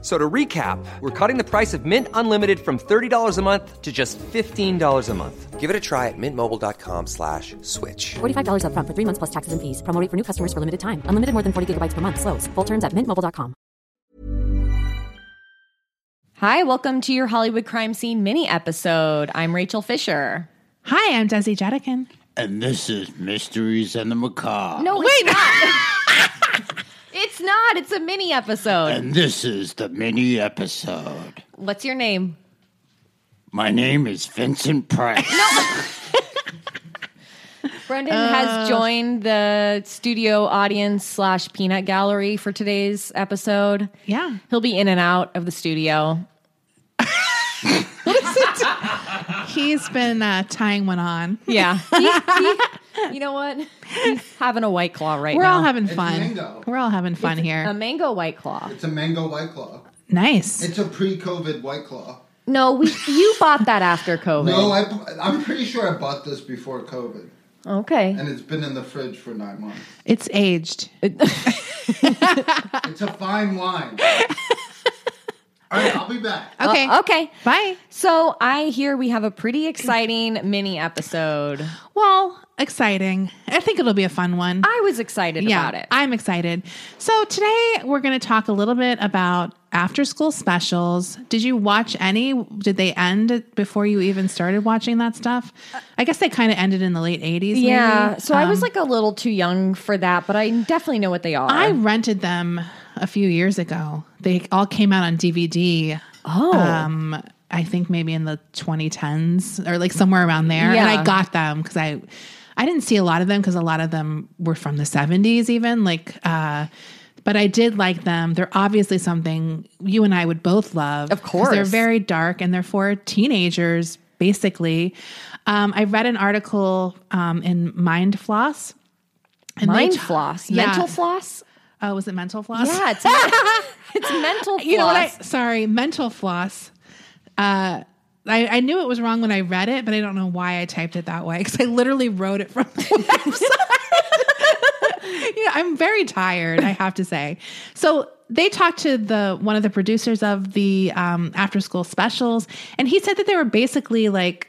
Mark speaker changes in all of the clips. Speaker 1: So to recap, we're cutting the price of Mint Unlimited from $30 a month to just $15 a month. Give it a try at mintmobile.com slash switch.
Speaker 2: $45 upfront for three months plus taxes and fees. Promo rate for new customers for limited time. Unlimited more than 40 gigabytes per month. Slows. Full terms at mintmobile.com.
Speaker 3: Hi, welcome to your Hollywood crime scene mini episode. I'm Rachel Fisher.
Speaker 4: Hi, I'm Desi Jetikin.
Speaker 5: And this is Mysteries and the Macabre.
Speaker 3: No, wait, not. it's not. It's a mini episode.
Speaker 5: And this is the mini episode.
Speaker 3: What's your name?
Speaker 5: My name is Vincent Price.
Speaker 3: Brendan has joined the studio audience slash peanut gallery for today's episode.
Speaker 4: Yeah.
Speaker 3: He'll be in and out of the studio.
Speaker 4: He's been uh, tying one on.
Speaker 3: Yeah. He- he- you know what? He's having a white claw right
Speaker 4: We're
Speaker 3: now.
Speaker 4: all having fun.
Speaker 6: mango.
Speaker 4: We're all having fun here.
Speaker 3: a mango white claw.
Speaker 6: It's a mango white claw.
Speaker 4: nice.
Speaker 6: It's a pre-COVID white claw.
Speaker 3: No, we you bought that after COVID.
Speaker 6: No, I, I'm pretty sure I bought this before COVID,
Speaker 3: okay.
Speaker 6: and it's been in the fridge for nine months.
Speaker 4: it's aged.
Speaker 6: It's a fine wine. All right, I'll be back.
Speaker 4: Okay.
Speaker 3: okay.
Speaker 4: Bye.
Speaker 3: So I hear we have a pretty exciting mini episode.
Speaker 4: Well, exciting. I think it'll be a fun one.
Speaker 3: I was excited
Speaker 4: yeah,
Speaker 3: about it.
Speaker 4: I'm excited. So today we're going to talk a little bit about after school specials. Did you watch any? Did they end before you even started watching that stuff? I guess they kind of ended in the late 80s.
Speaker 3: Uh, yeah.
Speaker 4: maybe.
Speaker 3: So I was like a little too young for that, but I definitely know what they are.
Speaker 4: I rented them a few years ago. They all came out on DVD. Oh. Um, I think maybe in the 2010s or like somewhere around there. And
Speaker 3: Yeah.
Speaker 4: I got them because I, I didn't see a lot of them because a lot of them were from the 70s even like, uh, but I did like them. They're obviously something you and I would both love.
Speaker 3: Of
Speaker 4: 'cause They're
Speaker 3: course.
Speaker 4: very dark and they're for teenagers, basically. Um, I read an article um, in Mind Floss. And they
Speaker 3: Mind
Speaker 4: ta-
Speaker 3: floss,
Speaker 4: Yeah.
Speaker 3: mental floss.
Speaker 4: Oh, was it mental floss?
Speaker 3: Yeah, it's, it's mental. Floss.
Speaker 4: You know what? I, sorry, mental floss. Uh, I, I knew it was wrong when I read it, but I don't know why I typed it that way because I literally wrote it from the website. you know, I'm very tired, I have to say. So they talked to the one of the producers of the um, after school specials, and he said that they were basically like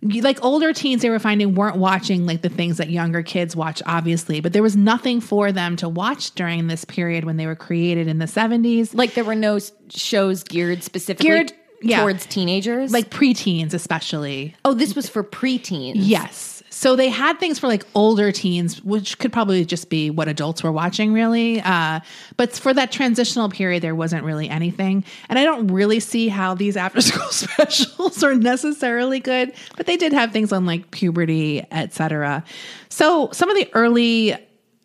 Speaker 4: you- like older teens they were finding weren't watching like the things that younger kids watch obviously but there was nothing for them to watch during this period when they were created in the 70s
Speaker 3: like there were no s- shows geared specifically
Speaker 4: Geared- yeah.
Speaker 3: towards teenagers.
Speaker 4: like preteens especially
Speaker 3: oh, this was for preteens.
Speaker 4: yes so they had things for like older teens which could probably just be what adults were watching really uh, but for that transitional period there wasn't really anything and i don't really see how these after school specials are necessarily good but they did have things on like puberty etc so some of the early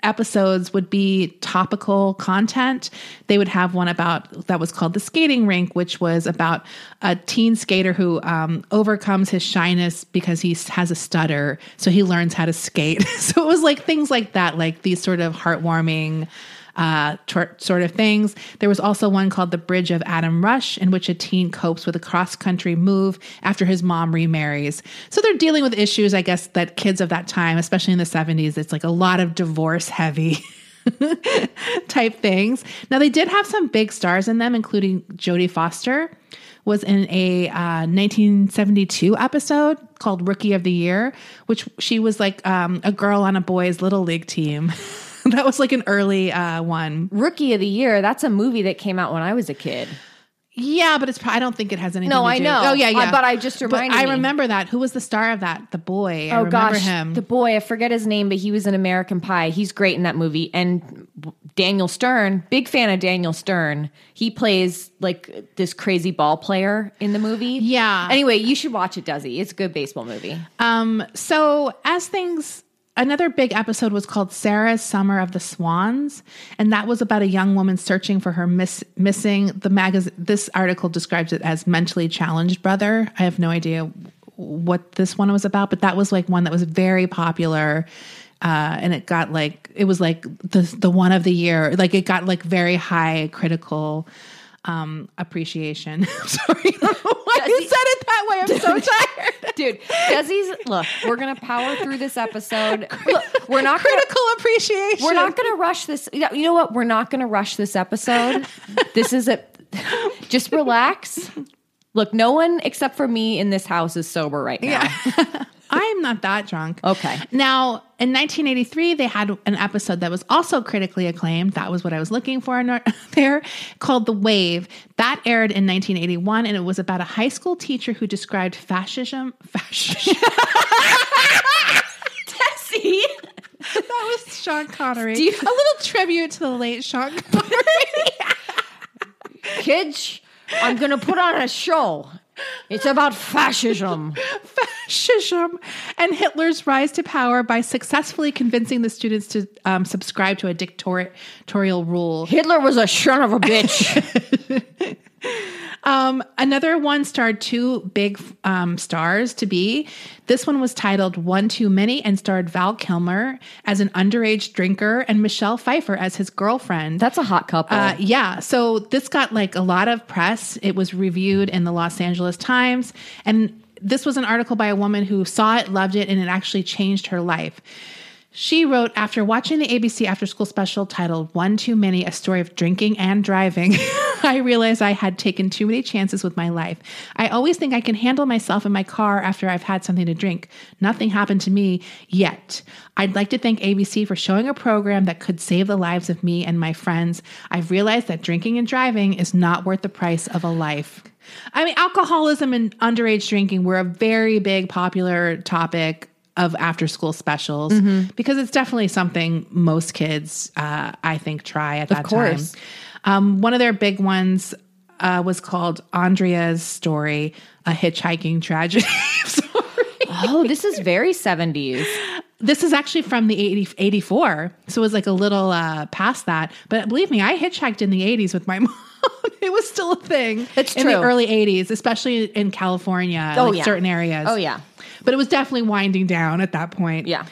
Speaker 4: episodes would be topical content. They would have one about that was called the skating rink, which was about a teen skater who um, overcomes his shyness because he has a stutter, so he learns how to skate. so it was like things like that, like these sort of heartwarming. Uh, tor- sort of things. There was also one called The Bridge of Adam Rush, in which a teen copes with a cross country move after his mom remarries. So they're dealing with issues, I guess, that kids of that time, especially in the 70s, it's like a lot of divorce heavy. type things. Now they did have some big stars in them, including Jodie Foster was in a uh, 1972 episode called Rookie of the Year, which she was like um, a girl on a boys' little league team. that was like an early uh, one.
Speaker 3: Rookie of the Year. That's a movie that came out when I was a kid.
Speaker 4: Yeah, but it's. Pro- I don't think it has anything.
Speaker 3: No,
Speaker 4: to
Speaker 3: I
Speaker 4: do-
Speaker 3: know.
Speaker 4: Oh yeah,
Speaker 3: I-
Speaker 4: yeah.
Speaker 3: but I just reminded
Speaker 4: I
Speaker 3: me.
Speaker 4: remember that. Who was the star of that? The boy. I remember him.
Speaker 3: Oh, the boy. I forget his name, but he was in American Pie. He's great in that movie. And Daniel Stern, big fan of Daniel Stern. He plays like this crazy ball player in the movie.
Speaker 4: Yeah.
Speaker 3: Anyway, you should watch it, Desi. It's a good baseball movie.
Speaker 4: Um, so as things another big episode was called Sarah's Summer of the Swans, and that was about a young woman searching for her miss, missing the magazine this article describes it as mentally challenged brother. I have no idea what this one was about, but that was like one that was very popular uh, and it got like it was like the the one of the year. Like it got like very high critical um appreciation. I'm sorry, I don't know why you said it that way. I'm so tired.
Speaker 3: Dude, Desi's look, we're gonna power through this episode. Look, we're not gonna
Speaker 4: Critical appreciation.
Speaker 3: we're not gonna rush this. You know- you know what? We're not gonna rush this episode. this is a just relax. Look, no one except for me in this house is sober right now.
Speaker 4: I'm not that drunk.
Speaker 3: Okay.
Speaker 4: Now, in 1983, they had an episode that was also critically acclaimed. That was what I was looking for in our, there, called The Wave. That aired in 1981, and it was about a high school teacher who described fascism. Fascism.
Speaker 3: Desi,
Speaker 4: that was Sean Connery.
Speaker 3: Do you-
Speaker 4: a little tribute to the late Sean Connery.
Speaker 3: kids, I'm gonna put on a show. It's about fascism.
Speaker 4: fascism and Hitler's rise to power by successfully convincing the students to um, subscribe to a dictatorial rule.
Speaker 3: Hitler was a son of a bitch.
Speaker 4: Um, another one starred two big um, stars to be. This one was titled One Too Many and starred Val Kilmer as an underage drinker and Michelle Pfeiffer as his girlfriend.
Speaker 3: That's a hot couple.
Speaker 4: Uh, yeah. So this got like a lot of press. It was reviewed in the Los Angeles Times. And this was an article by a woman who saw it, loved it, and it actually changed her life. She wrote, after watching the ABC after school special titled One Too Many, a story of drinking and driving, I realized I had taken too many chances with my life. I always think I can handle myself in my car after I've had something to drink. Nothing happened to me yet. I'd like to thank ABC for showing a program that could save the lives of me and my friends. I've realized that drinking and driving is not worth the price of a life. I mean, alcoholism and underage drinking were a very big popular topic of after school specials because it's definitely something most kids, uh, I think, try at that
Speaker 3: course.
Speaker 4: time. Um, one of their big ones uh, was called Andrea's Story, a hitchhiking tragedy. I'm sorry.
Speaker 3: oh, this is very 70s.
Speaker 4: This is actually from the 80, 84. So it was like a little uh, past that. But believe me, I hitchhiked in the 80s with my mom. it was still a thing.
Speaker 3: It's
Speaker 4: in the
Speaker 3: true.
Speaker 4: early 80s, especially in California,
Speaker 3: Oh,
Speaker 4: like
Speaker 3: yeah.
Speaker 4: certain areas.
Speaker 3: Oh, yeah.
Speaker 4: But it was definitely winding down at that point.
Speaker 3: Yeah.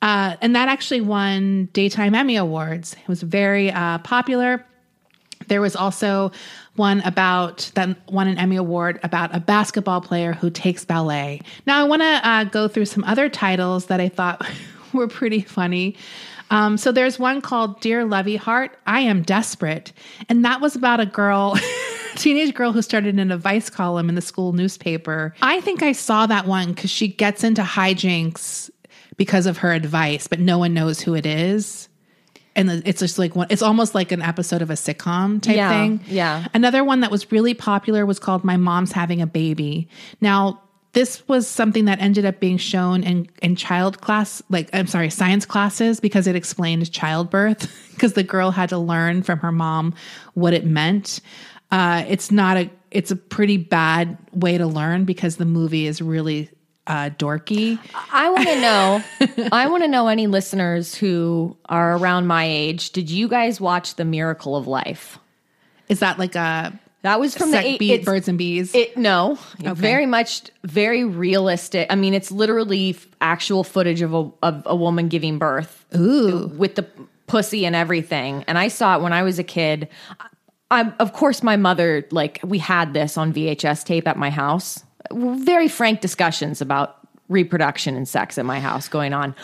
Speaker 4: Uh, and that actually won Daytime Emmy Awards. It was very uh, popular. There was also one about that won an Emmy Award about a basketball player who takes ballet. Now, I want to uh, go through some other titles that I thought were pretty funny. Um, so there's one called Dear Lovey Heart, I Am Desperate. And that was about a girl, teenage girl who started an advice column in the school newspaper. I think I saw that one because she gets into hijinks because of her advice, but no one knows who it is and the- it's just like one it's almost like an episode of a sitcom type
Speaker 3: Yeah,
Speaker 4: thing
Speaker 3: yeah.
Speaker 4: another one that was really popular was called my mom's having a baby now this was something that ended up being shown in, in child class like i'm sorry science classes because it explained childbirth because the girl had to learn from her mom what it meant uh, it's not a it's a pretty bad way to learn because the movie is really uh, dorky
Speaker 3: I want to know. I want to know any listeners who are around my age. Did you guys watch The Miracle of Life?
Speaker 4: is that like a
Speaker 3: That was from
Speaker 4: sec
Speaker 3: the eight,
Speaker 4: beat,
Speaker 3: it's-
Speaker 4: birds and bees
Speaker 3: It no, very much very realistic. I mean, it's literally f- actual footage of a of a woman giving birth. Ooh, with the pussy and everything. And I saw it when I was a kid. I, of course, my mother like we had this on VHS tape at my house. Very frank discussions about reproduction and sex at my house going on.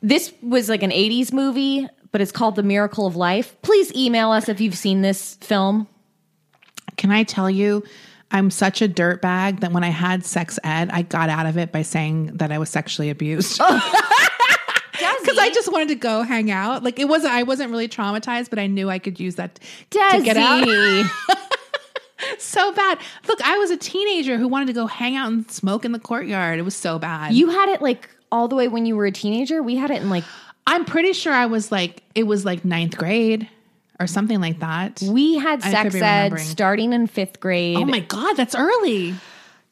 Speaker 3: This was like an 80s movie, but it's called The Miracle of Life. Please email us if you've seen this film.
Speaker 4: Can I tell you, I'm such a dirtbag that when I had sex ed, I got out of it by saying that I was sexually abused.
Speaker 3: Oh.
Speaker 4: Because I just wanted to go hang out. Like it wasn't, I wasn't really traumatized, but I knew I could use that t- to get out.
Speaker 3: Desi.
Speaker 4: So bad. Look, I was a teenager who wanted to go hang out and smoke in the courtyard. It was so bad.
Speaker 3: You had it like all the way when you were a teenager. We had it in like
Speaker 4: I'm pretty sure I was like, it was like ninth grade or something like that.
Speaker 3: we had
Speaker 4: I could
Speaker 3: sex
Speaker 4: be
Speaker 3: ed
Speaker 4: remembering.
Speaker 3: starting in fifth grade.
Speaker 4: Oh my God, that's early.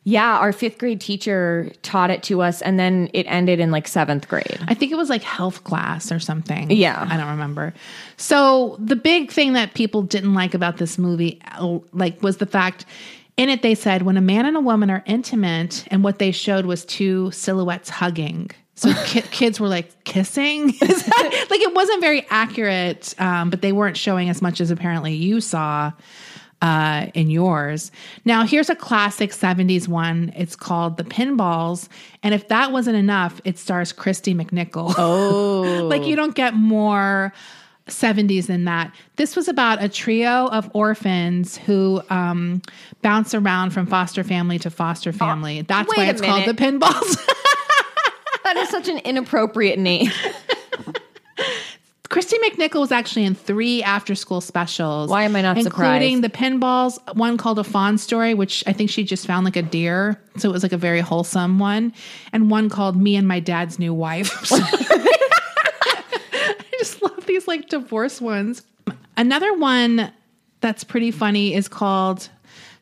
Speaker 3: yeah, our fifth grade teacher taught it to us, and then it ended in like seventh grade.
Speaker 4: I think it was like health class or something.
Speaker 3: Yeah.
Speaker 4: I don't remember. So the big thing that people didn't like about this movie uh, like was the fact in it they said when a man and a woman are intimate and what they showed was two silhouettes hugging. So ki- kids were like kissing. like it wasn't very accurate, um, but they weren't showing as much as apparently you saw uh, in yours. Now, here's a classic 70s one. It's called The Pinballs. And if that wasn't enough, it stars Christy McNichol. Oh. like you don't get more 70s than that. This was about a trio of orphans who um, bounce around from foster family to foster family. That's
Speaker 3: Oh, wait
Speaker 4: why
Speaker 3: a
Speaker 4: it's called The
Speaker 3: minute.
Speaker 4: Pinballs.
Speaker 3: That is such an inappropriate name.
Speaker 4: Christy McNichol was actually in three after school specials.
Speaker 3: Why am I not
Speaker 4: including
Speaker 3: surprised?
Speaker 4: the pinballs, one called a fawn story, which I think she just found like a deer. So it was like a very wholesome one. And one called Me and My Dad's New Wife. I just love these like divorce ones. Another one that's pretty funny is called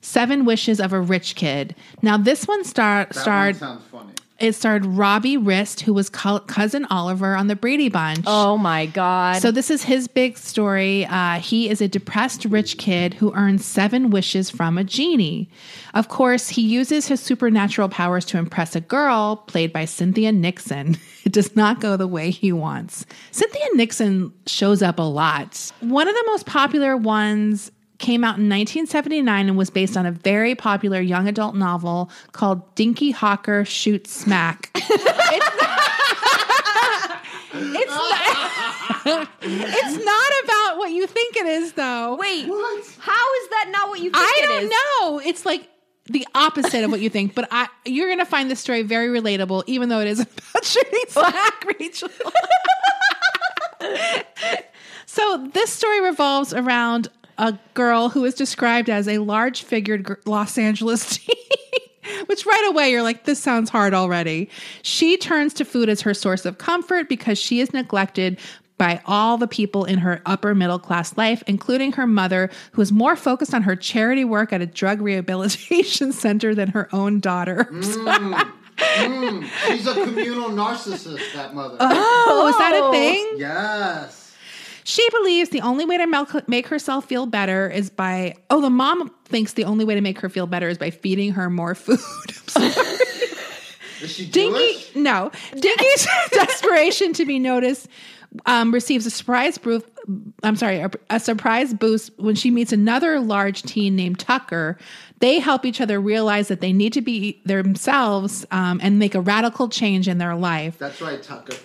Speaker 4: Seven Wishes of a Rich Kid. Now this one star- starred
Speaker 6: sounds funny.
Speaker 4: it starred Robbie Rist, who was cou- cousin Oliver on the Brady Bunch.
Speaker 3: Oh my god.
Speaker 4: So this is his big story. Uh, he is a depressed rich kid who earns seven wishes from a genie. Of course, he uses his supernatural powers to impress a girl played by Cynthia Nixon. It does not go the way he wants. Cynthia Nixon shows up a lot. One of the most popular ones came out in 1979 and was based on a very popular young adult novel called Dinky Hawker Shoot Smack. It's not, it's not about what you think it is, though.
Speaker 3: wait, how is that not what you think
Speaker 4: I
Speaker 3: it
Speaker 4: don't
Speaker 3: is?
Speaker 4: know. It's like the opposite of what you think, but I you're gonna find this story very relatable, even though it is about shooting slack, Rachel. so this story revolves around a girl who is described as a large figured gr- Los Angeles teen. Which right away you're like, this sounds hard already. She turns to food as her source of comfort because she is neglected by all the people in her upper middle class life, including her mother, who is more focused on her charity work at a drug rehabilitation center than her own daughter.
Speaker 6: Hmm. She's a communal narcissist, that mother.
Speaker 4: Oh, is that a thing?
Speaker 6: yes.
Speaker 4: She believes the only way to mel- make herself feel better is by. Oh, the mom thinks the only way to make her feel better is by feeding her more food. I'm sorry.
Speaker 6: Is she Jewish?
Speaker 4: Dinky, no. Dinky's desperation to be noticed um, receives a surprise boost. I'm sorry, a, a surprise boost when she meets another large teen named Tucker. They help each other realize that they need to be themselves um, and make a radical change in their life.
Speaker 6: That's right, Tucker.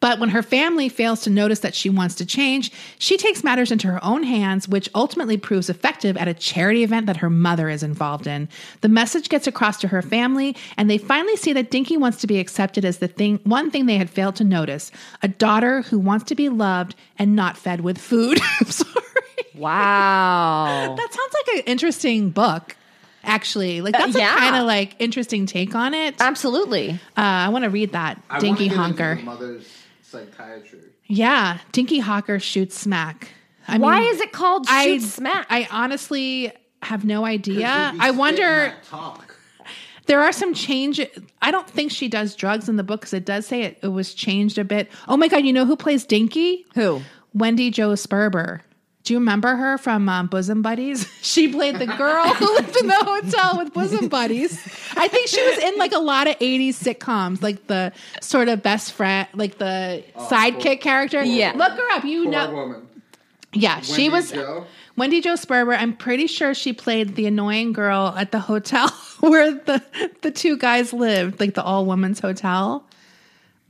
Speaker 4: But when her family fails to notice that she wants to change, she takes matters into her own hands, which ultimately proves effective at a charity event that her mother is involved in. The message gets across to her family, and they finally see that Dinky wants to be accepted as the thing one thing they had failed to notice a daughter who wants to be loved and not fed with food. I'm sorry.
Speaker 3: Wow.
Speaker 4: That sounds like an interesting book, actually. Like, that's
Speaker 3: yeah.
Speaker 4: a kind of like interesting take on it. Uh,
Speaker 3: Absolutely.
Speaker 4: I want to read that.
Speaker 6: I wanna
Speaker 4: Dinky
Speaker 6: get into
Speaker 4: Honker.
Speaker 6: the mother's psychiatry.
Speaker 4: Yeah, Dinky Hawker shoots smack. I
Speaker 3: Why
Speaker 4: mean,
Speaker 3: is it called shoot
Speaker 4: I,
Speaker 3: smack?
Speaker 4: I honestly have no idea.
Speaker 6: She'd be
Speaker 4: I
Speaker 6: spitting
Speaker 4: wonder.
Speaker 6: that Talk.
Speaker 4: There are some change. I don't think she does drugs in the book because it does say it, it was changed a bit. Oh my god! You know who plays Dinky?
Speaker 3: Who?
Speaker 4: Wendy Jo Sperber. Do you remember her from um, Bosom Buddies? she played the girl who lived in the hotel with Bosom Buddies. I think she was in like a lot of 80s sitcoms, like the sort of best friend, like the
Speaker 6: Oh,
Speaker 4: sidekick character.
Speaker 3: Yeah.
Speaker 4: Look her up. You
Speaker 6: Poor
Speaker 4: know.
Speaker 6: woman.
Speaker 4: Yeah, she
Speaker 6: Wendy
Speaker 4: was
Speaker 6: Jo?
Speaker 4: Wendy Jo Sperber. I'm pretty sure she played the annoying girl at the hotel where the the two guys lived, like the all women's hotel.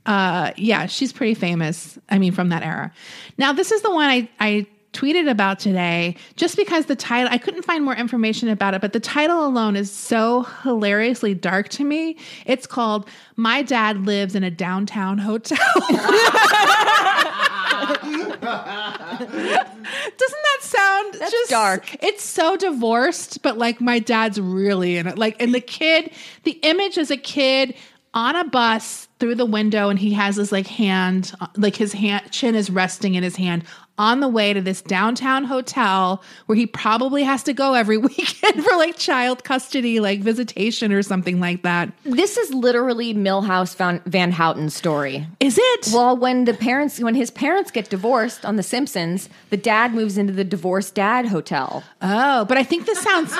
Speaker 4: Uh, yeah, she's pretty famous. I mean, from that era. Now, this is the one I I tweeted about today, just because the title. I couldn't find more information about it, but the title alone is so hilariously dark to me. It's called "My Dad Lives in a Downtown Hotel." Doesn't that sound just
Speaker 3: dark.
Speaker 4: It's so divorced, but like my dad's really in it. Like, and the kid, the image is a kid on a bus through the window, and he has his like hand, like his hand, chin is resting in his hand on the way to this downtown hotel where he probably has to go every weekend for like child custody, like visitation or something like that.
Speaker 3: this is literally Millhouse Van, Van Houten's story.
Speaker 4: Is it?
Speaker 3: Well, when the parents, when his parents get divorced on The Simpsons, the dad moves into the divorced dad hotel.
Speaker 4: Oh, but I think this sounds.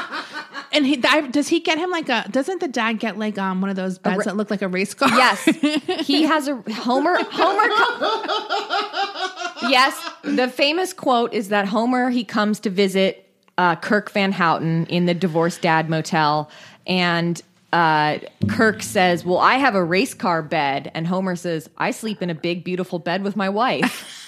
Speaker 4: and he I, does he get him like a? Doesn't the dad get like um one of those beds that look like a race car?
Speaker 3: Yes, he has a Homer. Homer. com- yes, the famous quote is that Homer he comes to visit uh, Kirk Van Houten in the divorced dad motel, and uh, Kirk says, "Well, I have a race car bed," and Homer says, "I sleep in a big, beautiful bed with my wife."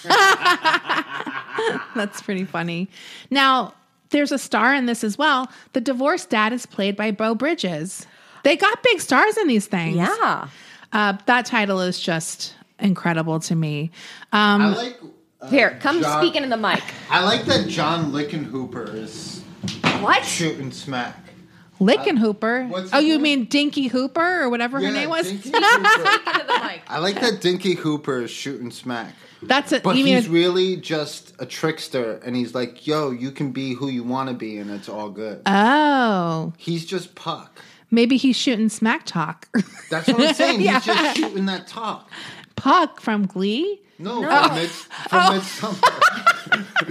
Speaker 4: That's pretty funny. Now, there's a star in this as well. The divorced dad is played by Bo Bridges. They got big stars in these things.
Speaker 3: Yeah,
Speaker 4: Uh, that title is just incredible to me. Um,
Speaker 6: I like. uh,
Speaker 3: here, come
Speaker 6: John-
Speaker 3: speak into the mic.
Speaker 6: I like that John Lickenhooper is
Speaker 3: What?
Speaker 6: shooting smack.
Speaker 4: Lickin Hooper.
Speaker 6: Uh, what's
Speaker 4: Oh,
Speaker 6: his
Speaker 4: you
Speaker 6: name?
Speaker 4: mean Dinky Hooper or whatever
Speaker 6: Yeah,
Speaker 4: her name was?
Speaker 6: Dinky Hooper.
Speaker 3: Into the mic.
Speaker 6: I like that Dinky Hooper is shooting smack.
Speaker 4: That's it.
Speaker 6: But
Speaker 4: You
Speaker 6: he's
Speaker 4: mean
Speaker 6: really just a trickster, and he's like, "Yo, you can be who you want to be, and it's all good."
Speaker 4: oh,
Speaker 6: he's just puck.
Speaker 4: maybe he's shooting smack talk.
Speaker 6: That's what I'm saying.
Speaker 4: Yeah.
Speaker 6: He's just shooting that talk.
Speaker 4: Puck from Glee.
Speaker 6: No, from Mids- from Midsummer.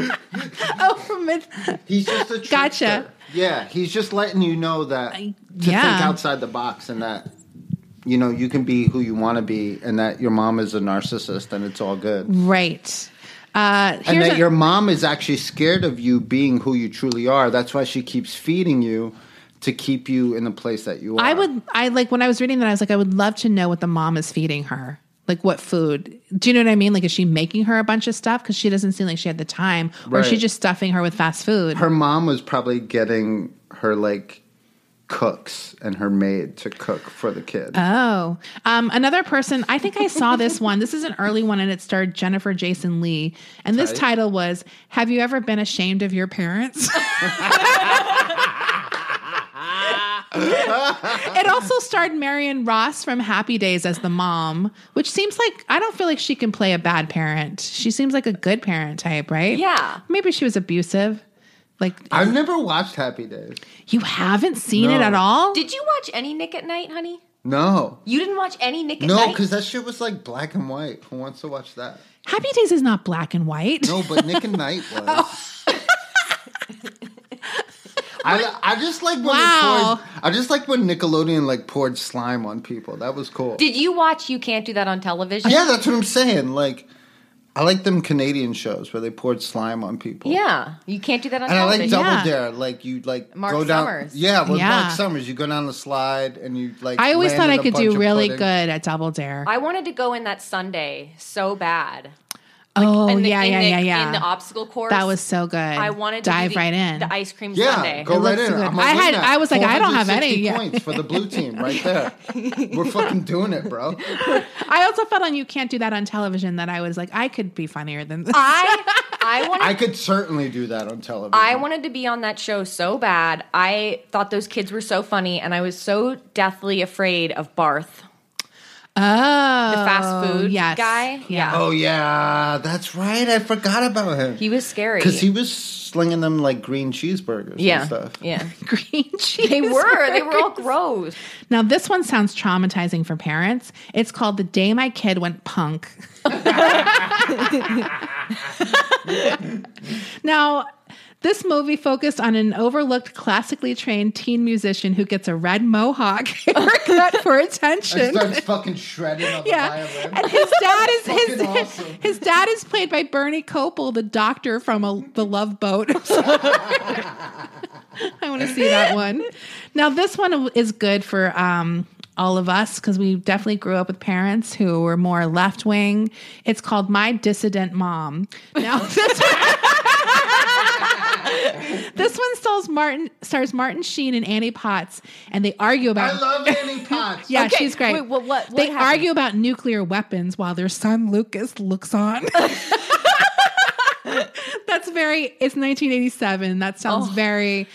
Speaker 4: Oh, from it.
Speaker 6: He's just a trickster.
Speaker 4: Gotcha.
Speaker 6: Yeah, he's just letting you know that to
Speaker 4: yeah.
Speaker 6: think outside the box and that you know you can be who you want to be, and that your mom is a narcissist, and it's all good,
Speaker 4: Right. Uh,
Speaker 6: and
Speaker 4: here's
Speaker 6: that
Speaker 4: a-
Speaker 6: your mom is actually scared of you being who you truly are. That's why she keeps feeding you to keep you in the place that you are.
Speaker 4: I would. I like when I was reading that. I was like, I would love to know what the mom is feeding her. Like what food? Do you know what I mean? Like, is she making her a bunch of stuff because she doesn't seem like she had the time, or is she
Speaker 6: Right.
Speaker 4: just stuffing her with fast food?
Speaker 6: Her mom was probably getting her like cooks and her maid to cook for the kid.
Speaker 4: Oh, um, another person. I think I saw this one. This is an early one, and it starred Jennifer Jason Lee. And this title was "Have you ever been ashamed of your parents?" it also starred Marion Ross from Happy Days as the mom, which seems like I don't feel like she can play a bad parent. She seems like a good parent type, right?
Speaker 3: Yeah.
Speaker 4: Maybe she was abusive. Like
Speaker 6: I've never watched Happy Days.
Speaker 4: you haven't seen it
Speaker 6: No.
Speaker 4: at all.
Speaker 3: Did you watch any Nick at Night, honey?
Speaker 6: No.
Speaker 3: You didn't watch any Nick at
Speaker 6: No,
Speaker 3: Night?
Speaker 6: because that shit was like black and white. Who wants to watch that?
Speaker 4: Happy Days is not black and white.
Speaker 6: No, but Nick and Knight was. I, I just like when they
Speaker 4: Wow.
Speaker 6: poured, I just like when Nickelodeon like poured slime on people. That was cool.
Speaker 3: Did you watch You Can't Do That on Television?
Speaker 6: yeah, that's what I'm saying. Like, I like them Canadian shows where they poured slime on people.
Speaker 3: Yeah. You Can't Do That on
Speaker 6: And I like
Speaker 3: Television.
Speaker 6: Double
Speaker 4: Yeah.
Speaker 6: Dare. Like you like
Speaker 3: Mark
Speaker 6: go down.
Speaker 3: Summers.
Speaker 6: Yeah, with
Speaker 4: Yeah.
Speaker 6: Mark Summers, you go down the slide and you like.
Speaker 4: I always thought
Speaker 6: landed
Speaker 4: I
Speaker 6: a
Speaker 4: could
Speaker 6: bunch
Speaker 4: do
Speaker 6: of
Speaker 4: really
Speaker 6: pudding.
Speaker 4: good at Double Dare.
Speaker 3: I wanted to go in that Sunday so bad.
Speaker 4: oh
Speaker 3: In the-
Speaker 4: yeah,
Speaker 3: in
Speaker 4: yeah,
Speaker 3: the-
Speaker 4: yeah, yeah.
Speaker 3: In the obstacle course.
Speaker 4: that was so good.
Speaker 3: I wanted to do
Speaker 4: dive
Speaker 3: the-
Speaker 4: right in.
Speaker 3: The ice cream
Speaker 6: Yeah,
Speaker 3: Sunday.
Speaker 6: go
Speaker 4: It
Speaker 6: right
Speaker 4: looks
Speaker 6: in.
Speaker 4: good.
Speaker 6: I'm a
Speaker 4: I had-
Speaker 6: winner.
Speaker 4: I was like, I don't have any.
Speaker 6: 460 points for the blue team right there. We're fucking doing it, bro.
Speaker 4: I also felt on you can't do that on television. That I was like, I could be funnier than this.
Speaker 3: I I wanted
Speaker 6: I could certainly do that on television.
Speaker 3: I wanted to be on that show so bad. I thought those kids were so funny and I was so deathly afraid of Barth,
Speaker 4: oh,
Speaker 3: Uh, the fast food
Speaker 4: yes.
Speaker 3: guy. Yeah.
Speaker 6: Oh yeah, that's right. I forgot about him.
Speaker 3: He was scary.
Speaker 6: because he was slinging them like green cheeseburgers.
Speaker 3: yeah.
Speaker 6: and stuff.
Speaker 3: Yeah.
Speaker 4: green cheese.
Speaker 3: They were. They were all gross.
Speaker 4: Now this one sounds traumatizing for parents. It's called "The Day My Kid Went Punk." now, this movie focused on an overlooked, classically trained teen musician who gets a red mohawk haircut for
Speaker 6: And
Speaker 4: attention.
Speaker 6: starts fucking shredding on the
Speaker 4: Yeah,
Speaker 6: violin.
Speaker 4: and his dad is his
Speaker 6: Fucking awesome.
Speaker 4: his dad is played by Bernie Copel, the doctor from a, the Love Boat. I want to see that one. Now this one is good for um, all of us because we definitely grew up with parents who were more left wing. It's called My Dissident Mom. Now this. This one stars Martin stars Martin Sheen and Annie Potts, and they argue about
Speaker 6: I love Annie Potts.
Speaker 4: yeah,
Speaker 3: Okay,
Speaker 4: she's great.
Speaker 3: wait, what- what- what
Speaker 4: they
Speaker 3: happened?
Speaker 4: argue about nuclear weapons while their son Lucas looks on. That's very. It's 1987. That sounds
Speaker 3: Oh.
Speaker 4: very.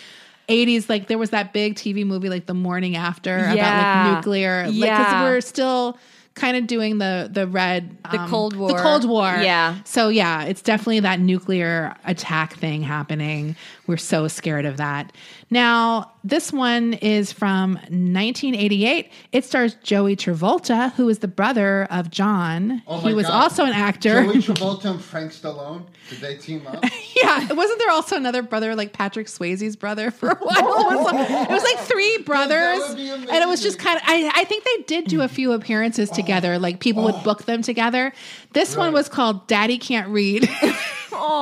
Speaker 4: 80s like there was that big TV movie like the morning after
Speaker 3: Yeah.
Speaker 4: about like nuclear like cuz
Speaker 3: Yeah.
Speaker 4: we're still
Speaker 7: kind of doing the the red
Speaker 8: The
Speaker 4: um,
Speaker 8: Cold
Speaker 7: the
Speaker 8: War.
Speaker 7: Cold War.
Speaker 8: Yeah.
Speaker 7: So yeah, it's definitely that nuclear attack thing happening. We're so scared of that. Now, this one is from 1988. It stars Joey Travolta, who is the brother of John.
Speaker 6: Oh my
Speaker 7: he was
Speaker 6: God.
Speaker 7: also an actor.
Speaker 6: Joey Travolta and Frank Stallone. Did they team up?
Speaker 7: Yeah, wasn't there also another brother, like Patrick Swayze's brother, for a while? It was like, it was like three brothers,
Speaker 6: would be
Speaker 7: and it was just kind of. I, I think they did do a few appearances together. Like people would book them together. This one was called "Daddy Can't Read."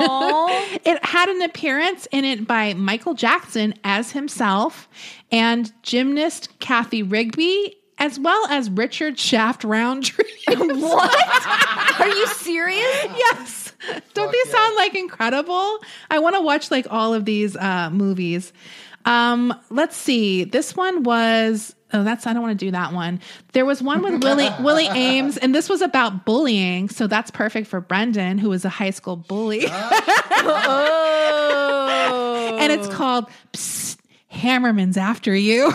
Speaker 7: it had an appearance in it by Michael Jackson as himself and gymnast Kathy Rigby. As well as Richard Shaft Roundtree.
Speaker 8: What? Are you serious?
Speaker 7: yes. Don't these sound like incredible? I want to watch like all of these uh, movies. Um, let's see. This one was oh, that's I don't want to do that one. There was one with Willie Willie Ames, and this was about bullying. So that's perfect for Brendan, who was a high school bully.
Speaker 3: Oh.
Speaker 7: and it's called Psst, Hammerman's After You.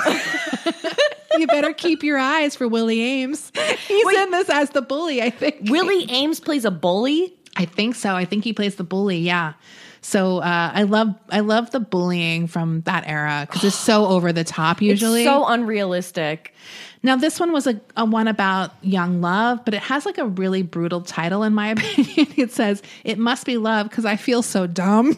Speaker 7: you better keep your eyes for Willie Ames. He's in this as the bully, I think.
Speaker 8: Willie Ames plays a bully.
Speaker 7: I think so. I think he plays the bully. Yeah. So uh, I love I love the bullying from that era because it's so over the top usually.
Speaker 3: so unrealistic.
Speaker 7: now this one was a, a one about young love, but it has like a really brutal title in my opinion. It says it must be love because I feel so dumb.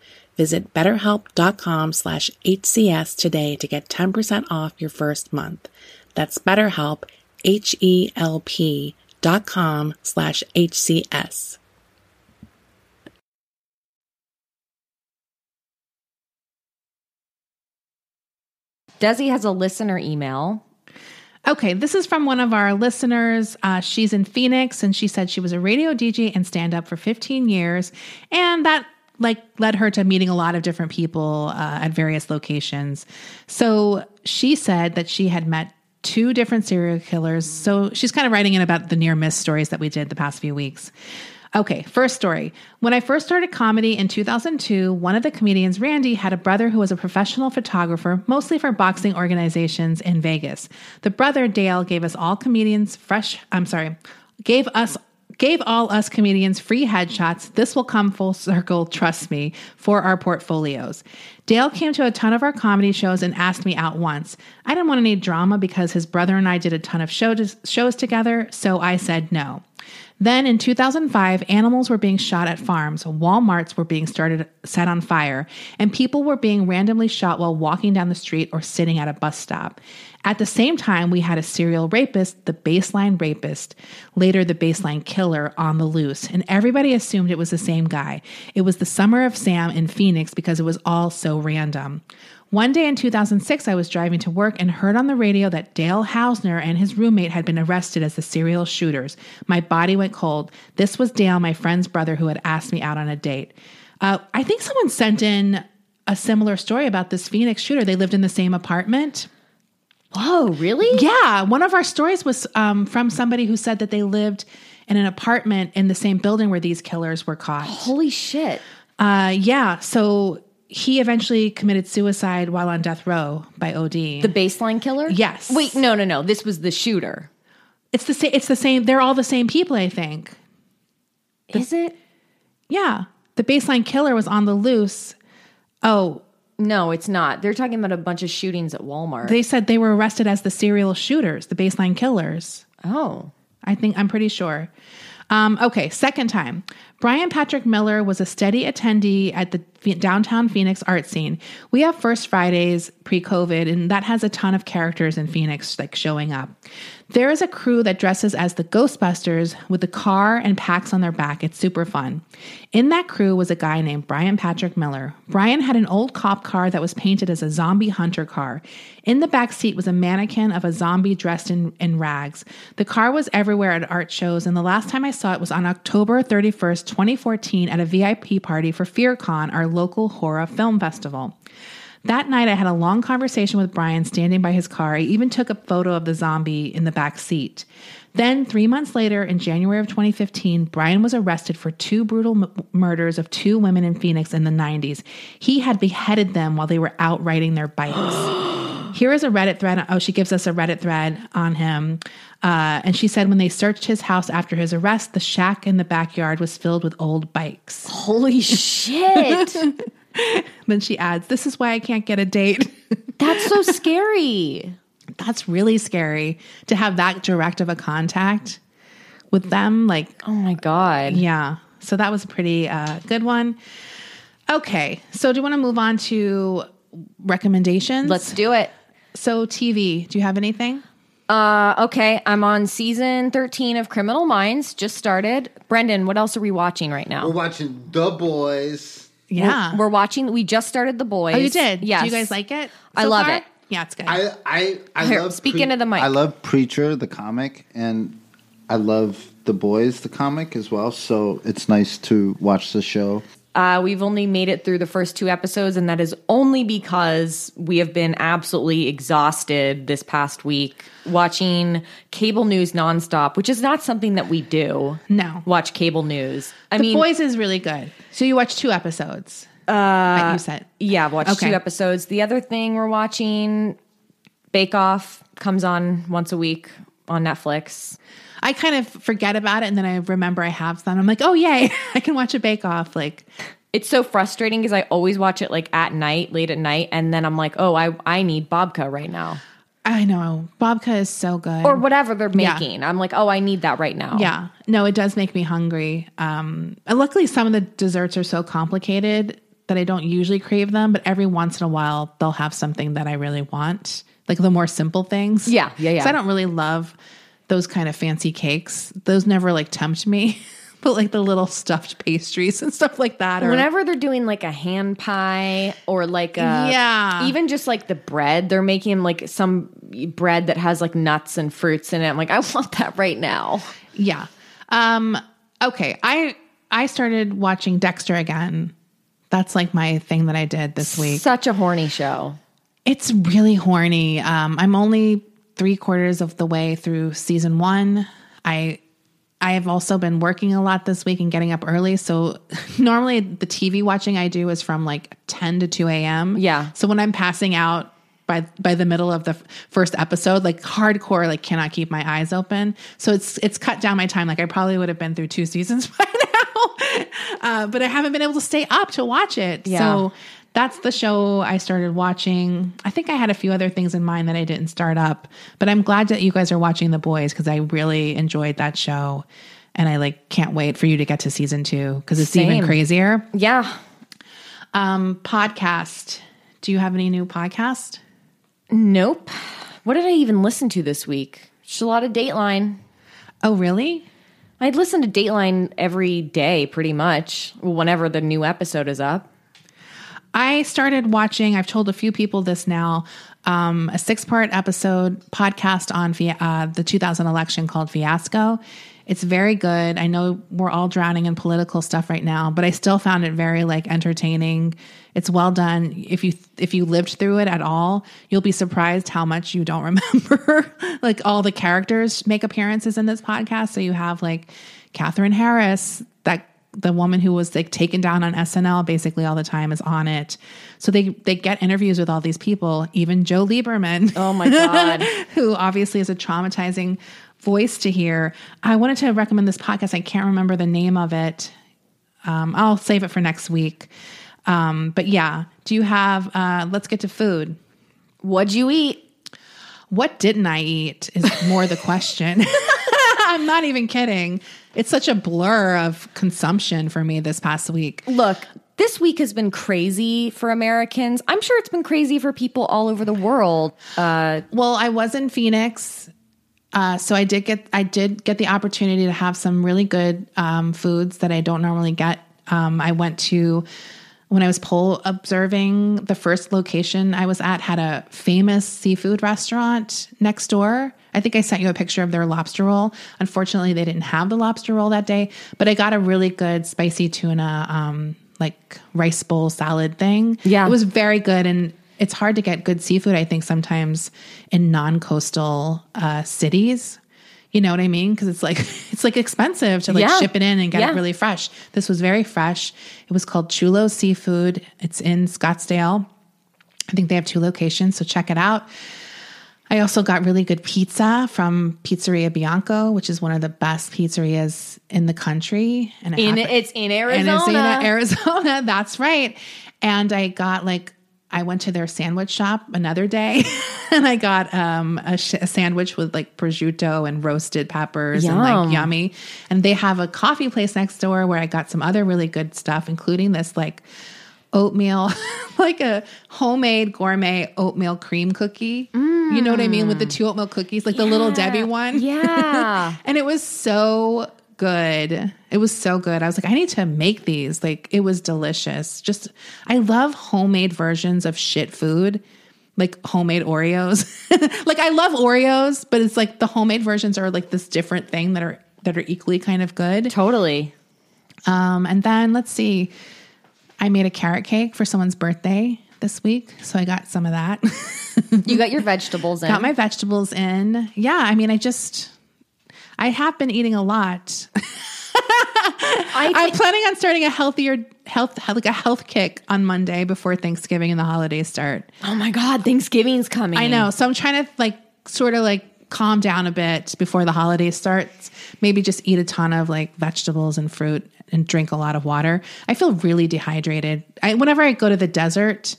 Speaker 4: Visit betterhelp.com slash HCS today to get 10% off your first month. That's betterhelp, H-E-L-P dot com slash HCS.
Speaker 3: Desi has a listener email.
Speaker 7: Okay, this is from one of our listeners. Uh, she's in Phoenix, and she said she was a radio DJ and stand up for 15 years, and that like led her to meeting a lot of different people uh, at various locations. So she said that she had met two different serial killers. So she's kind of writing in about the near miss stories that we did the past few weeks. Okay, first story. When I first started comedy in 2002, one of the comedians, Randy, had a brother who was a professional photographer, mostly for boxing organizations in Vegas. The brother, Dale, gave us all comedians fresh, I'm sorry, gave us gave all us comedians free headshots. This will come full circle, trust me, for our portfolios. Dale came to a ton of our comedy shows and asked me out once. I didn't want any drama because his brother and I did a ton of show shows together, so I said no. Then in 2005, animals were being shot at farms, Walmarts were being started set on fire, and people were being randomly shot while walking down the street or sitting at a bus stop. At the same time, we had a serial rapist, the baseline rapist, later the baseline killer on the loose, and everybody assumed it was the same guy. It was the summer of Sam in Phoenix because it was all so random. One day in 2006, I was driving to work and heard on the radio that Dale Hausner and his roommate had been arrested as the serial shooters. My body went cold. This was Dale, my friend's brother, who had asked me out on a date. Uh, I think someone sent in a similar story about this Phoenix shooter. They lived in the same apartment.
Speaker 3: Whoa, really?
Speaker 7: Yeah, one of our stories was um, from somebody who said that they lived in an apartment in the same building where these killers were caught.
Speaker 3: Holy shit.
Speaker 7: Uh, yeah, so he eventually committed suicide while on death row by OD.
Speaker 3: The baseline killer?
Speaker 7: Yes.
Speaker 3: Wait, no, no, no. This was the shooter.
Speaker 7: it's the same. It's the same. They're all the same people, I think.
Speaker 3: Is it?
Speaker 7: Yeah, the baseline killer was on the loose. Oh,
Speaker 3: No, it's not. They're talking about a bunch of shootings at Walmart.
Speaker 7: they said they were arrested as the serial shooters, the baseline killers.
Speaker 3: oh.
Speaker 7: I think I'm pretty sure. Um, okay, second time. Brian Patrick Miller was a steady attendee at the Phe- downtown Phoenix art scene. We have First Fridays pre COVID, and that has a ton of characters in Phoenix like showing up. There is a crew that dresses as the Ghostbusters with a car and packs on their back. It's super fun. In that crew was a guy named Brian Patrick Miller. Brian had an old cop car that was painted as a zombie hunter car. In the back seat was a mannequin of a zombie dressed in, in rags. The car was everywhere at art shows, and the last time I saw it was on October 31st, 2014, at a VIP party for FearCon, our local horror film festival. That night, I had a long conversation with Brian standing by his car. I even took a photo of the zombie in the back seat. Then, three months later, in January of 2015, Brian was arrested for two brutal m- murders of two women in Phoenix in the 90s. He had beheaded them while they were out riding their bikes. Here is a Reddit thread. Oh, she gives us a Reddit thread on him. Uh, and she said when they searched his house after his arrest, the shack in the backyard was filled with old bikes.
Speaker 3: Holy shit.
Speaker 7: Then she adds, This is why I can't get a date.
Speaker 3: That's so scary.
Speaker 7: That's really scary to have that direct of a contact with them. Like,
Speaker 3: Oh my God.
Speaker 7: yeah. So that was a pretty uh, good one. Okay. So do you want to move on to recommendations?
Speaker 3: Let's do it.
Speaker 7: So, TV, do you have anything?
Speaker 3: Uh, okay, I'm on season 13 of Criminal Minds. Just started. Brendan, what else are we watching right now?
Speaker 6: We're watching The Boys.
Speaker 7: Yeah.
Speaker 3: We're watching. We just started The Boys.
Speaker 7: Oh, you did.
Speaker 3: Yes.
Speaker 7: Do you guys like it?
Speaker 3: I
Speaker 7: so
Speaker 3: love
Speaker 7: far?
Speaker 3: it.
Speaker 7: Yeah, it's good.
Speaker 6: I I I
Speaker 3: Here,
Speaker 6: love
Speaker 3: speak into the mic.
Speaker 6: I love Preacher the comic, and I love The Boys the comic as well. So it's nice to watch the show.
Speaker 3: Uh, we've only made it through the first two episodes, and that is only because we have been absolutely exhausted this past week watching cable news nonstop, which is not something that we do.
Speaker 7: No.
Speaker 3: Watch cable news. I
Speaker 7: the
Speaker 3: mean,
Speaker 7: boys is really good. So you watched two episodes. Uh, you said.
Speaker 3: yeah, watch
Speaker 7: Okay.
Speaker 3: two episodes. The other thing we're watching, Bake Off, comes on once a week on Netflix.
Speaker 7: I kind of forget about it, and then I remember I have some. I'm like, oh yay, I can watch a Bake Off. Like,
Speaker 3: It's so frustrating because I always watch it like at night, late at night, and then I'm like, oh, I, I need Bobka right now.
Speaker 7: I know Bobka is so good.
Speaker 3: Or whatever they're
Speaker 7: Yeah.
Speaker 3: making. I'm like, oh, I need that right now.
Speaker 7: yeah, no, it does make me hungry. Um, and luckily, some of the desserts are so complicated that I don't usually crave them, but every once in a while, they'll have something that I really want, like the more simple things.
Speaker 3: Yeah, yeah, yeah.
Speaker 7: So I don't really love those kind of fancy cakes. Those never like tempt me. But like the little stuffed pastries and stuff like that, or
Speaker 3: Whenever they're doing like a hand pie or like a
Speaker 7: Yeah.
Speaker 3: even just like the bread, they're making like some bread that has like nuts and fruits in it. I'm like, I want that right now.
Speaker 7: Yeah. Um, okay. I I started watching Dexter again. That's like my thing that I did this week.
Speaker 3: Such a horny show.
Speaker 7: It's really horny. Um, I'm only three quarters of the way through season one. I I have also been working a lot this week and getting up early. So normally the TV watching I do is from like 10 to 2 a.m.
Speaker 3: Yeah.
Speaker 7: So when I'm passing out by by the middle of the f- first episode, like hardcore, like cannot keep my eyes open. So it's it's cut down my time. Like I probably would have been through two seasons by now, uh, but I haven't been able to stay up to watch it.
Speaker 3: Yeah.
Speaker 7: So that's the show I started watching. I think I had a few other things in mind that I didn't start up, but I'm glad that you guys are watching The Boys because I really enjoyed that show, and I like can't wait for you to get to season two because it's even
Speaker 3: Same.
Speaker 7: crazier.
Speaker 3: Yeah.
Speaker 7: Um, podcast. Do you have any new podcast?
Speaker 3: Nope. What did I even listen to this week? Just a lot of Dateline.
Speaker 7: Oh, really?
Speaker 3: I'd listen to Dateline every day, pretty much, whenever the new episode is up.
Speaker 7: I started watching, I've told a few people this now, um, a six part episode podcast on fia- uh, the 2000 election called Fiasco. It's very good. I know we're all drowning in political stuff right now, but I still found it very like entertaining. It's well done. If you if you lived through it at all, you'll be surprised how much you don't remember. like all the characters make appearances in this podcast. So you have like Catherine Harris, that the woman who was like taken down on SNL basically all the time is on it. So they they get interviews with all these people, even Joe Lieberman.
Speaker 3: Oh my God.
Speaker 7: who obviously is a traumatizing voice to hear. I wanted to recommend this podcast. I can't remember the name of it. Um, I'll save it for next week. Um, but yeah, do you have? Uh, let's get to food.
Speaker 3: What'd you eat?
Speaker 7: What didn't I eat is more the question. I'm not even kidding. It's such a blur of consumption for me this past week.
Speaker 3: Look, this week has been crazy for Americans. I'm sure it's been crazy for people all over the world.
Speaker 7: Well, I was in Phoenix, uh, so I did get I did get the opportunity to have some really good um, foods that I don't normally get. Um, I went to when I was poll observing the first location I was at had a famous seafood restaurant next door. I think I sent you a picture of their lobster roll. Unfortunately, they didn't have the lobster roll that day, but I got a really good spicy tuna, um, like rice bowl salad thing.
Speaker 3: Yeah.
Speaker 7: it was very good and it's hard to get good seafood i think sometimes in non-coastal uh, cities you know what i mean because it's like it's like expensive to like
Speaker 3: Yeah.
Speaker 7: ship it in and get
Speaker 3: Yeah.
Speaker 7: it really fresh this was very fresh it was called chulo seafood it's in scottsdale i think they have two locations so check it out I also got really good pizza from Pizzeria Bianco, which is one of the best pizzerias in the country. And it
Speaker 3: In,
Speaker 7: happen-
Speaker 3: it's in Arizona.
Speaker 7: Arizona, Arizona. That's right. And I got like I went to their sandwich shop another day, and I got um, a, sh- a sandwich with like prosciutto and roasted peppers and
Speaker 3: Yum.
Speaker 7: like yummy. And they have a coffee place next door where I got some other really good stuff, including this like oatmeal, like a homemade gourmet oatmeal cream cookie. You know what I mean with the two oatmeal cookies, like the little Debbie one.
Speaker 3: Yeah.
Speaker 7: And it was so good. It was so good. I was like, I need to make these. Like, it was delicious. Just, I love homemade versions of shit food, like homemade Oreos. like, I love Oreos, but it's like the homemade versions are like this different thing that are that are equally kind of good.
Speaker 3: totally.
Speaker 7: Um, and then let's see, I made a carrot cake for someone's birthday this week, so I got some of that.
Speaker 3: You got your vegetables in.
Speaker 7: got my vegetables in. Yeah, I mean, I just. I have been eating a lot.
Speaker 3: I
Speaker 7: I'm planning on starting a healthier health like a health kick on Monday before Thanksgiving and the holidays start.
Speaker 3: oh my God, Thanksgiving's coming.
Speaker 7: I know, so I'm trying to like sort of like calm down a bit before the holidays starts. Maybe just eat a ton of like vegetables and fruit and drink a lot of water. I feel really dehydrated. I, whenever I go to the desert,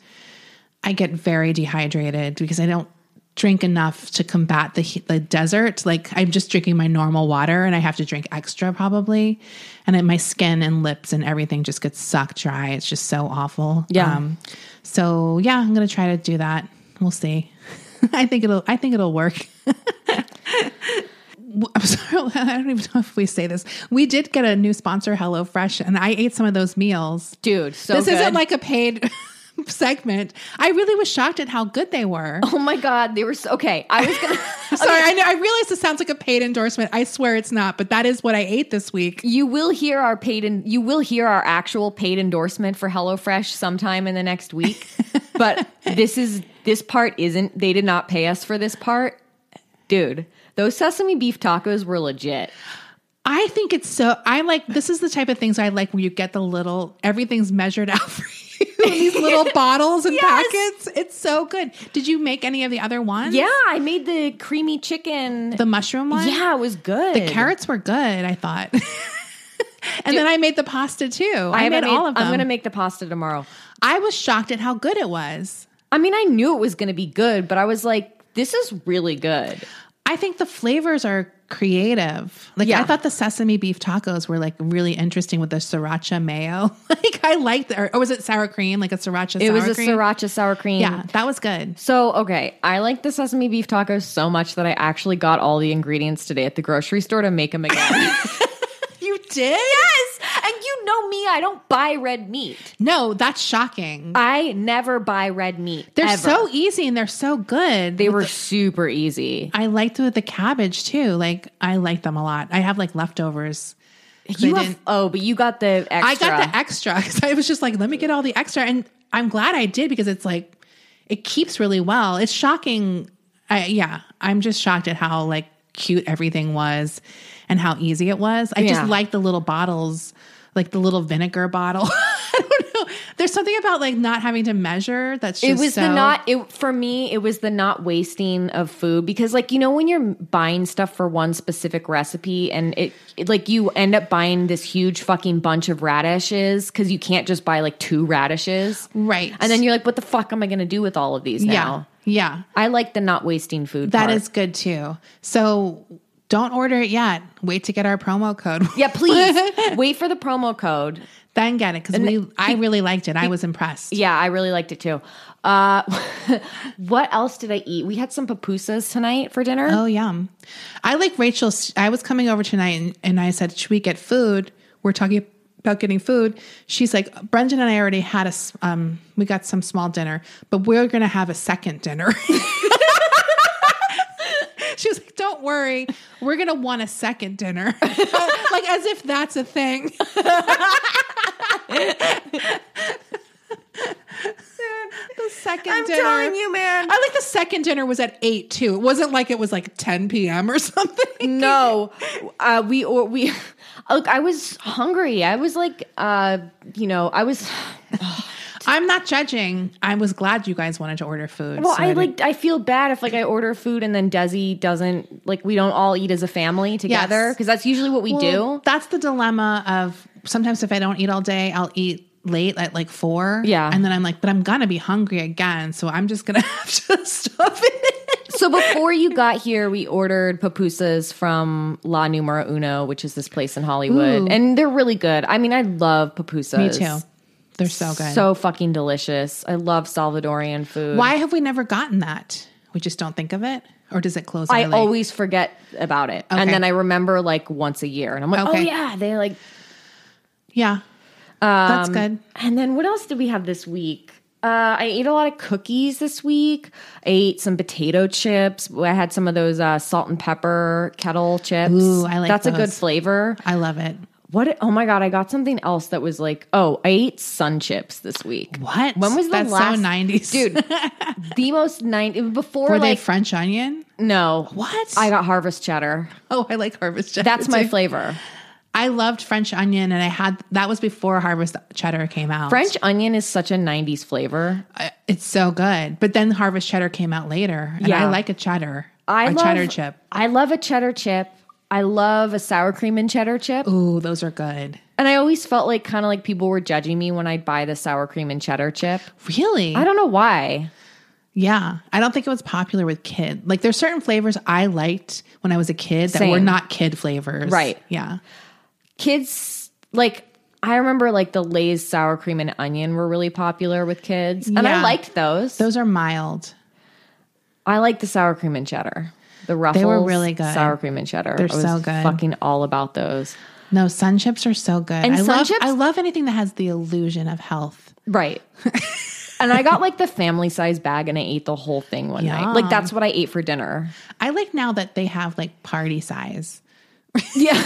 Speaker 7: I get very dehydrated because I don't drink enough to combat the heat, the desert. Like I'm just drinking my normal water, and I have to drink extra probably, and then my skin and lips and everything just gets sucked dry. It's just so awful. Um,
Speaker 3: Yeah.
Speaker 7: so yeah, I'm gonna try to do that. We'll see. I think it'll. I think it'll work. I'm sorry, I don't even know if we say this. We did get a new sponsor, HelloFresh, and I ate some of those meals
Speaker 3: Dude, so
Speaker 7: this
Speaker 3: good.
Speaker 7: isn't like a paid segment. I really was shocked at how good they were.
Speaker 3: Oh my God, they were so, okay. I was gonna.
Speaker 7: Sorry, I know. I realize this sounds like a paid endorsement. I swear it's not, but that is what I ate this week.
Speaker 3: You will hear our paid and you will hear our actual paid endorsement for HelloFresh sometime in the next week. but this is this part isn't. They did not pay us for this part, dude. Those sesame beef tacos were legit.
Speaker 7: I think it's so. I like this is the type of things I like where you get the little everything's measured out for you. in These little bottles and
Speaker 3: Yes.
Speaker 7: packets. It's so good. Did you make any of the other ones?
Speaker 3: Yeah, I made the creamy chicken.
Speaker 7: The mushroom one?
Speaker 3: yeah, it was good.
Speaker 7: The carrots were good, I thought. and then I made the pasta too. I, made,
Speaker 3: haven't
Speaker 7: all of them.
Speaker 3: I'm gonna make the pasta tomorrow.
Speaker 7: I was shocked at how good it was.
Speaker 3: I mean, I knew it was gonna be good, but I was like, this is really good.
Speaker 7: I think the flavors are creative. Like
Speaker 3: Yeah.
Speaker 7: I thought the sesame beef tacos were like really interesting with the sriracha mayo. like I liked the, or, or was it sour cream? Like a sriracha.
Speaker 3: it
Speaker 7: sour
Speaker 3: was a
Speaker 7: cream?
Speaker 3: sriracha sour cream.
Speaker 7: Yeah, that was good.
Speaker 3: So, okay, I like the sesame beef tacos so much that I actually got all the ingredients today at the grocery store to make them again.
Speaker 7: You did?
Speaker 3: yes! And you know me, I don't buy red meat.
Speaker 7: No, that's shocking.
Speaker 3: I never buy red meat.
Speaker 7: they're
Speaker 3: Uh, ever.
Speaker 7: so easy and they're so good.
Speaker 3: They were super easy.
Speaker 7: I liked it with the cabbage too. Like I like them a lot. I have like leftovers. 'cause I
Speaker 3: You have,
Speaker 7: didn't-
Speaker 3: oh, but you got the extra.
Speaker 7: I got the extra because I was just like, let me get all the extra, and I'm glad I did because it's like it keeps really well. It's shocking. I, yeah, I'm just shocked at how like cute everything was and how easy it was. I
Speaker 3: Yeah.
Speaker 7: just like the little bottles, like the little vinegar bottle. I don't know. There's something about like not having to measure. That's just
Speaker 3: it was the
Speaker 7: so-
Speaker 3: not it for me it was the not wasting of food because like you know when you're buying stuff for one specific recipe and it, it- like you end up buying this huge fucking bunch of radishes because you can't just buy like two radishes
Speaker 7: right,
Speaker 3: and then you're like what the fuck am i gonna do with all of these
Speaker 7: yeah,
Speaker 3: now
Speaker 7: yeah.
Speaker 3: i like the not wasting food
Speaker 7: That
Speaker 3: part.
Speaker 7: is good too. So don't order it yet. Wait to get our promo code.
Speaker 3: yeah please wait for the promo code
Speaker 7: Then get it because we. I really liked it. I was impressed.
Speaker 3: yeah i really liked it too uh what else did i eat we had some pupusas tonight for dinner
Speaker 7: Oh yum! I like Rachel's. I was coming over tonight, and, and I said, "Should we get food?" We're talking about getting food. She's like, "Brendan and I already had a. s- Um, we got some small dinner, but we're gonna have a second dinner." She was like, "Don't worry, we're gonna want a second dinner, like as if that's a thing." the second
Speaker 3: I'm
Speaker 7: dinner.
Speaker 3: telling you, man.
Speaker 7: I like the second dinner was at eight too. It wasn't like it was like 10 p.m. or something.
Speaker 3: No, uh, we or we. Look, I was hungry. I was like, uh, you know, I was.
Speaker 7: I'm not judging. I was glad you guys wanted to order food.
Speaker 3: Well,
Speaker 7: so
Speaker 3: I
Speaker 7: didn't-
Speaker 3: like. I feel bad if like I order food and then Desi doesn't like. We don't all eat as a family together because that's usually what we
Speaker 7: Well,
Speaker 3: do.
Speaker 7: That's the dilemma of sometimes if I don't eat all day, I'll eat late at like four.
Speaker 3: Yeah.
Speaker 7: And then I'm like, but I'm gonna be hungry again, so I'm just gonna have to stuff it.
Speaker 3: so before you got here, we ordered pupusas from La Numero Uno, which is this place in Hollywood,
Speaker 7: Ooh.
Speaker 3: and they're really good. I mean, I love pupusas.
Speaker 7: Me too. They're so good.
Speaker 3: So fucking delicious. I love Salvadorian food.
Speaker 7: why have we never gotten that? We just don't think of it? Or does it close
Speaker 3: I
Speaker 7: early?
Speaker 3: always forget about it. And
Speaker 7: Okay.
Speaker 3: then I remember like once a year and I'm like, oh
Speaker 7: Okay.
Speaker 3: yeah, they like.
Speaker 7: Yeah. That's
Speaker 3: Um,
Speaker 7: good.
Speaker 3: And then what else did we have this week? Uh, I ate a lot of cookies this week. I ate some potato chips. I had some of those uh, salt and pepper kettle chips.
Speaker 7: Ooh, I like
Speaker 3: That's a good
Speaker 7: those.
Speaker 3: flavor.
Speaker 7: I love it.
Speaker 3: What? Oh my god, I got something else that was like, oh, I ate sun chips this week.
Speaker 7: What?
Speaker 3: When was the
Speaker 7: That's
Speaker 3: last
Speaker 7: so 90s.
Speaker 3: dude? the most ninety before
Speaker 7: Were
Speaker 3: like
Speaker 7: they French onion?
Speaker 3: no.
Speaker 7: What?
Speaker 3: I got harvest cheddar.
Speaker 7: Oh, I like harvest cheddar.
Speaker 3: That's my
Speaker 7: too.
Speaker 3: flavor.
Speaker 7: I loved French onion, and I had that was before harvest cheddar came out.
Speaker 3: French onion is such a 90s flavor.
Speaker 7: I- it's so good. But then harvest cheddar came out later, and
Speaker 3: Yeah.
Speaker 7: I like a cheddar.
Speaker 3: I
Speaker 7: a
Speaker 3: love
Speaker 7: cheddar chip.
Speaker 3: I love a cheddar chip. I love a sour cream and cheddar chip.
Speaker 7: Ooh, those are good.
Speaker 3: And I always felt like kind of like people were judging me when I'd buy the sour cream and cheddar chip.
Speaker 7: Really?
Speaker 3: I don't know why.
Speaker 7: yeah, I don't think it was popular with kid. Like there's certain flavors I liked when I was a kid that were
Speaker 3: Same.
Speaker 7: not kid flavors.
Speaker 3: Right.
Speaker 7: Yeah.
Speaker 3: Kids like I remember like the Lay's sour cream and onion were really popular with kids. And I
Speaker 7: Yeah.
Speaker 3: liked those.
Speaker 7: Those are mild.
Speaker 3: I liked the sour cream and cheddar. The Ruffles
Speaker 7: were really good.
Speaker 3: sour cream and cheddar.
Speaker 7: They're
Speaker 3: I was
Speaker 7: so good.
Speaker 3: Fucking all about those.
Speaker 7: No, sun chips are so good.
Speaker 3: And
Speaker 7: I
Speaker 3: sun
Speaker 7: love
Speaker 3: chips-
Speaker 7: I love anything that has the illusion of health.
Speaker 3: Right. and I got like the family size bag and I ate the whole thing one night. Like that's what I ate for dinner.
Speaker 7: I like now that they have like party size.
Speaker 3: Yeah.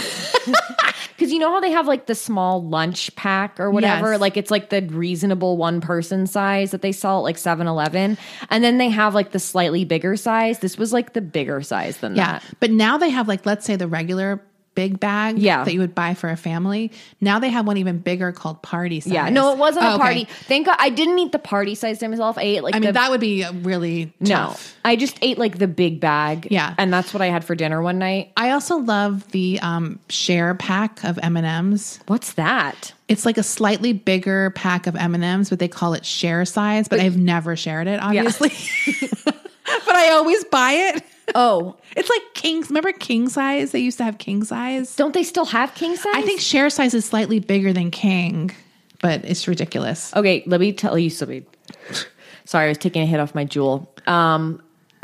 Speaker 3: Cause you know how they have like the small lunch pack or whatever?
Speaker 7: Yes.
Speaker 3: Like it's like the reasonable one person size that they sell at like 7 Eleven. And then they have like the slightly bigger size. This was like the bigger size than
Speaker 7: Yeah.
Speaker 3: that.
Speaker 7: But now they have like let's say the regular big bag
Speaker 3: Yeah.
Speaker 7: that you would buy for a family. Now they have one even bigger called party size.
Speaker 3: Yeah. No, it wasn't
Speaker 7: Oh,
Speaker 3: a
Speaker 7: okay.
Speaker 3: party. Thank God I didn't eat the party size to myself. I ate like
Speaker 7: I mean
Speaker 3: the
Speaker 7: that would be uh, really
Speaker 3: No.
Speaker 7: tough.
Speaker 3: I just ate like the big bag.
Speaker 7: Yeah.
Speaker 3: And that's what I had for dinner one night.
Speaker 7: I also love the um, share pack of M and M's.
Speaker 3: What's that?
Speaker 7: It's like a slightly bigger pack of M and M's, but they call it share size. But, I've never shared it, obviously. but I always buy it.
Speaker 3: Oh,
Speaker 7: It's like kings. Remember king size? They used to have king size.
Speaker 3: don't they still have king size?
Speaker 7: I think share size is slightly bigger than king, but it's ridiculous.
Speaker 3: Okay, let me tell you something. Sorry, I was taking a hit off my jewel. Um,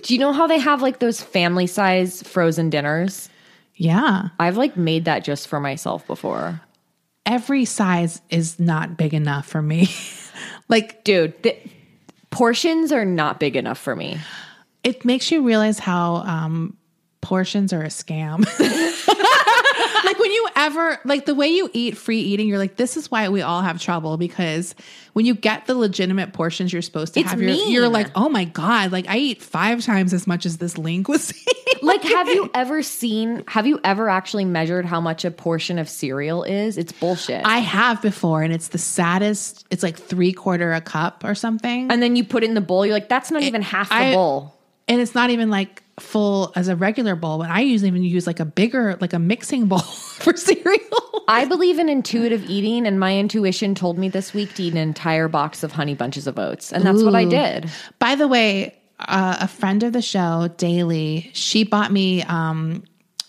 Speaker 3: do you know how they have like those family size frozen dinners?
Speaker 7: Yeah,
Speaker 3: I've like made that just for myself before.
Speaker 7: every size is not big enough for me. like
Speaker 3: Dude, the portions are not big enough for me.
Speaker 7: it makes you realize how um, portions are a scam. like when you ever like the way you eat free eating, you're like, this is why we all have trouble because when you get the legitimate portions you're supposed to
Speaker 3: It's
Speaker 7: have, you're,
Speaker 3: mean.
Speaker 7: you're like, oh my god, like I eat five times as much as this link was saying.
Speaker 3: Like, have you ever seen, have you ever actually measured how much a portion of cereal is? It's bullshit.
Speaker 7: I have before, and it's the saddest. It's like three quarter a cup or something,
Speaker 3: and then you put it in the bowl, you're like, that's not even half the
Speaker 7: I-
Speaker 3: bowl.
Speaker 7: and it's not even like full as a regular bowl. But I usually even use like a bigger, like a mixing bowl for cereal.
Speaker 3: I believe in intuitive eating, and my intuition told me this week to eat an entire box of honey bunches of oats. And that's what I did.
Speaker 7: By the way, uh, a friend of the show, Daily, she bought me. Um,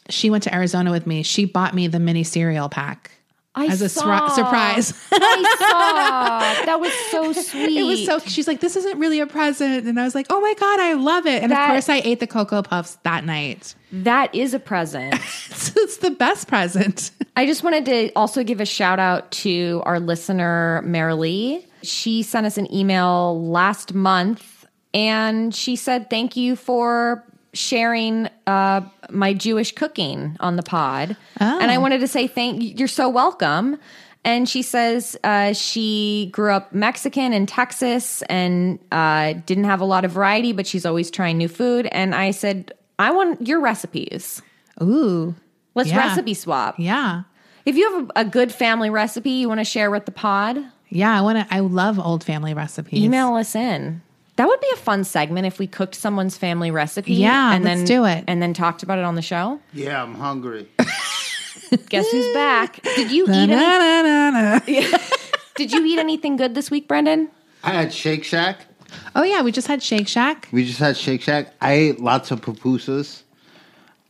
Speaker 7: she went to Arizona with me. She bought me the mini cereal pack
Speaker 3: I
Speaker 7: as a sur-
Speaker 3: saw.
Speaker 7: surprise.
Speaker 3: I saw. That was so sweet.
Speaker 7: It was so. She's like, "This isn't really a present," and I was like, "Oh my god, I love it!" And
Speaker 3: That-
Speaker 7: of course, I ate the cocoa puffs that night.
Speaker 3: That is a present.
Speaker 7: So it's the best present.
Speaker 3: I just wanted to also give a shout out to our listener, Marilee. She sent us an email last month and she said, Thank you for sharing uh, my Jewish cooking on the pod. And
Speaker 7: Oh.
Speaker 3: I wanted to say, Thank you're so welcome. And she says uh, she grew up Mexican in Texas and uh, didn't have a lot of variety, but she's always trying new food. And I said, I want your recipes.
Speaker 7: Ooh,
Speaker 3: Let's
Speaker 7: Yeah.
Speaker 3: recipe swap.
Speaker 7: yeah,
Speaker 3: If you have a, a good family recipe you want to share with the pod,
Speaker 7: yeah. I want to. I love old family recipes.
Speaker 3: email us in. That would be a fun segment if we cooked someone's family recipe.
Speaker 7: Yeah,
Speaker 3: and
Speaker 7: let's
Speaker 3: then
Speaker 7: do it.
Speaker 3: and then talked about it on the show.
Speaker 5: Yeah, I'm hungry.
Speaker 3: Guess who's back? Did you eat? Any,
Speaker 7: Na-na-na-na.
Speaker 3: did you eat anything good this week, Brendan?
Speaker 5: I had Shake Shack.
Speaker 7: Oh yeah, we just had Shake Shack.
Speaker 6: We just had Shake Shack. I ate lots of pupusas.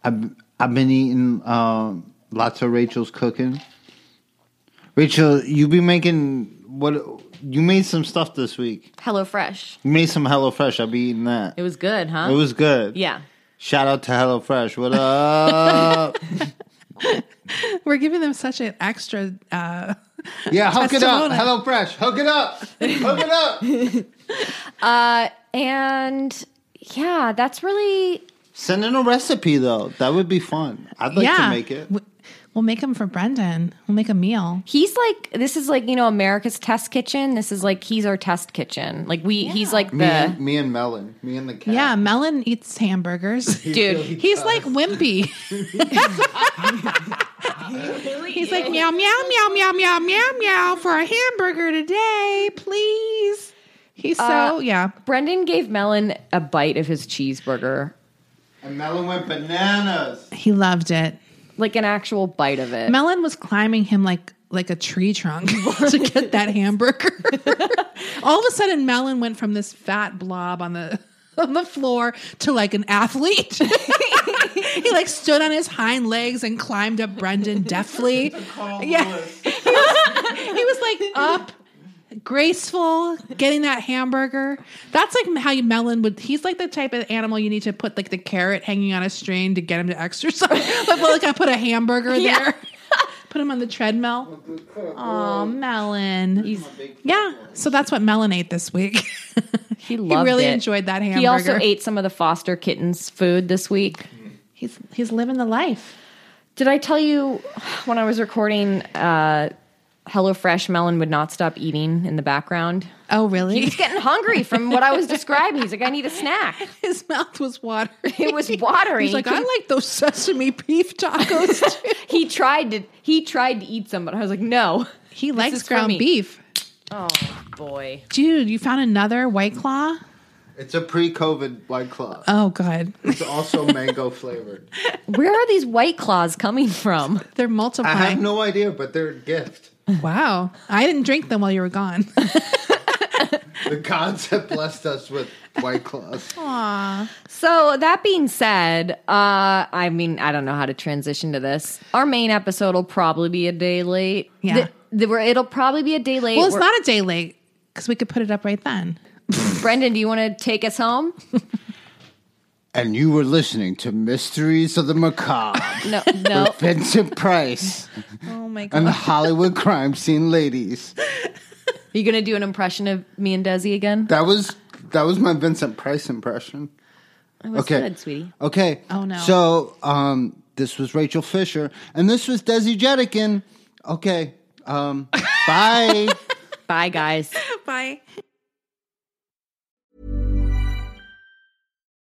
Speaker 6: I've I've been eating um, lots of Rachel's cooking. Rachel, you be making what? You made some stuff this week.
Speaker 3: Hello Fresh.
Speaker 6: You made some HelloFresh. I'll be eating that.
Speaker 3: It was good, huh?
Speaker 6: It was good.
Speaker 3: Yeah.
Speaker 6: Shout out to HelloFresh. What up?
Speaker 7: We're giving them such an extra. Uh,
Speaker 6: yeah, hook it up.
Speaker 7: Testimonial.
Speaker 6: HelloFresh, hook it up. Hook it up.
Speaker 3: And yeah, that's really
Speaker 6: Send in a recipe though. That would be fun. I'd like to make it.
Speaker 7: W- We'll make them for Brendan. We'll make a meal.
Speaker 3: he's like this is like you know America's test kitchen. This is like he's our test kitchen. Like we he's like
Speaker 6: Me
Speaker 3: the
Speaker 6: and, me and Melon. Me and the cat.
Speaker 7: Yeah, Melon eats hamburgers.
Speaker 3: dude.
Speaker 7: He's like wimpy. He's like meow meow meow meow meow meow meow for a hamburger today, please. He's so yeah.
Speaker 3: Brendan gave Melon a bite of his cheeseburger
Speaker 6: And Melon went bananas.
Speaker 7: He loved it.
Speaker 3: like an actual bite of it.
Speaker 7: Melon was climbing him like like a tree trunk to get that hamburger. All of a sudden, Melon went from this fat blob on the on the floor to like an athlete. he like stood on his hind legs and climbed up Brendan deftly. yeah, he was, he was like up. Graceful, getting that hamburger. That's like how you melon would. He's like the type of animal you need to put like the carrot hanging on a string to get him to exercise. like, well, like I put a hamburger there. Put Put him on the treadmill. Oh, Melon. yeah. So that's what Melon ate this week.
Speaker 3: He loved
Speaker 7: really
Speaker 3: it.
Speaker 7: enjoyed that
Speaker 3: He also
Speaker 7: hamburger.
Speaker 3: ate some of the foster kittens' food this week.
Speaker 7: he's he's living the life.
Speaker 3: Did I tell you when I was recording uh, HelloFresh, Melon would not stop eating in the background?
Speaker 7: Oh, really?
Speaker 3: He's getting hungry from what I was describing. He's like, I need a snack.
Speaker 7: His mouth was watering.
Speaker 3: It was watering.
Speaker 7: He's like, I like those sesame beef tacos. too."
Speaker 3: He tried to he tried to eat some, but I was like, no.
Speaker 7: he
Speaker 3: is
Speaker 7: likes
Speaker 3: for
Speaker 7: ground
Speaker 3: me.
Speaker 7: beef.
Speaker 3: Oh boy.
Speaker 7: Dude, you found another White Claw?
Speaker 6: It's a pre-COVID white claw.
Speaker 7: Oh, good.
Speaker 6: It's also mango flavored.
Speaker 3: Where are these white claws coming from?
Speaker 7: They're
Speaker 6: I have
Speaker 7: multiplying.
Speaker 6: no idea, but they're a gift.
Speaker 7: wow. I didn't drink them while you were gone.
Speaker 6: The gods have blessed us with white claws.
Speaker 3: So that being said, uh, I mean, I don't know how to transition to this. Our main episode will probably be a day late.
Speaker 7: Yeah.
Speaker 3: The- the- we're- it'll probably be a day late.
Speaker 7: well, it's
Speaker 3: We're-
Speaker 7: not a day late because we could put it up right then.
Speaker 3: Brendan, do you want to take us home?
Speaker 6: And you were listening to Mysteries of the Macabre.
Speaker 3: No, no.
Speaker 6: Vincent Price
Speaker 7: Oh, my God.
Speaker 6: and the Hollywood crime scene ladies.
Speaker 3: Are you going to do an impression of me and Desi again?
Speaker 6: That was that was my Vincent Price impression. okay,
Speaker 3: good, sweetie.
Speaker 6: Okay.
Speaker 7: Oh, no.
Speaker 6: So um, this was Rachel Fisher, and this was Desi Jetikin. Okay. Um, bye.
Speaker 3: Bye, guys.
Speaker 7: Bye.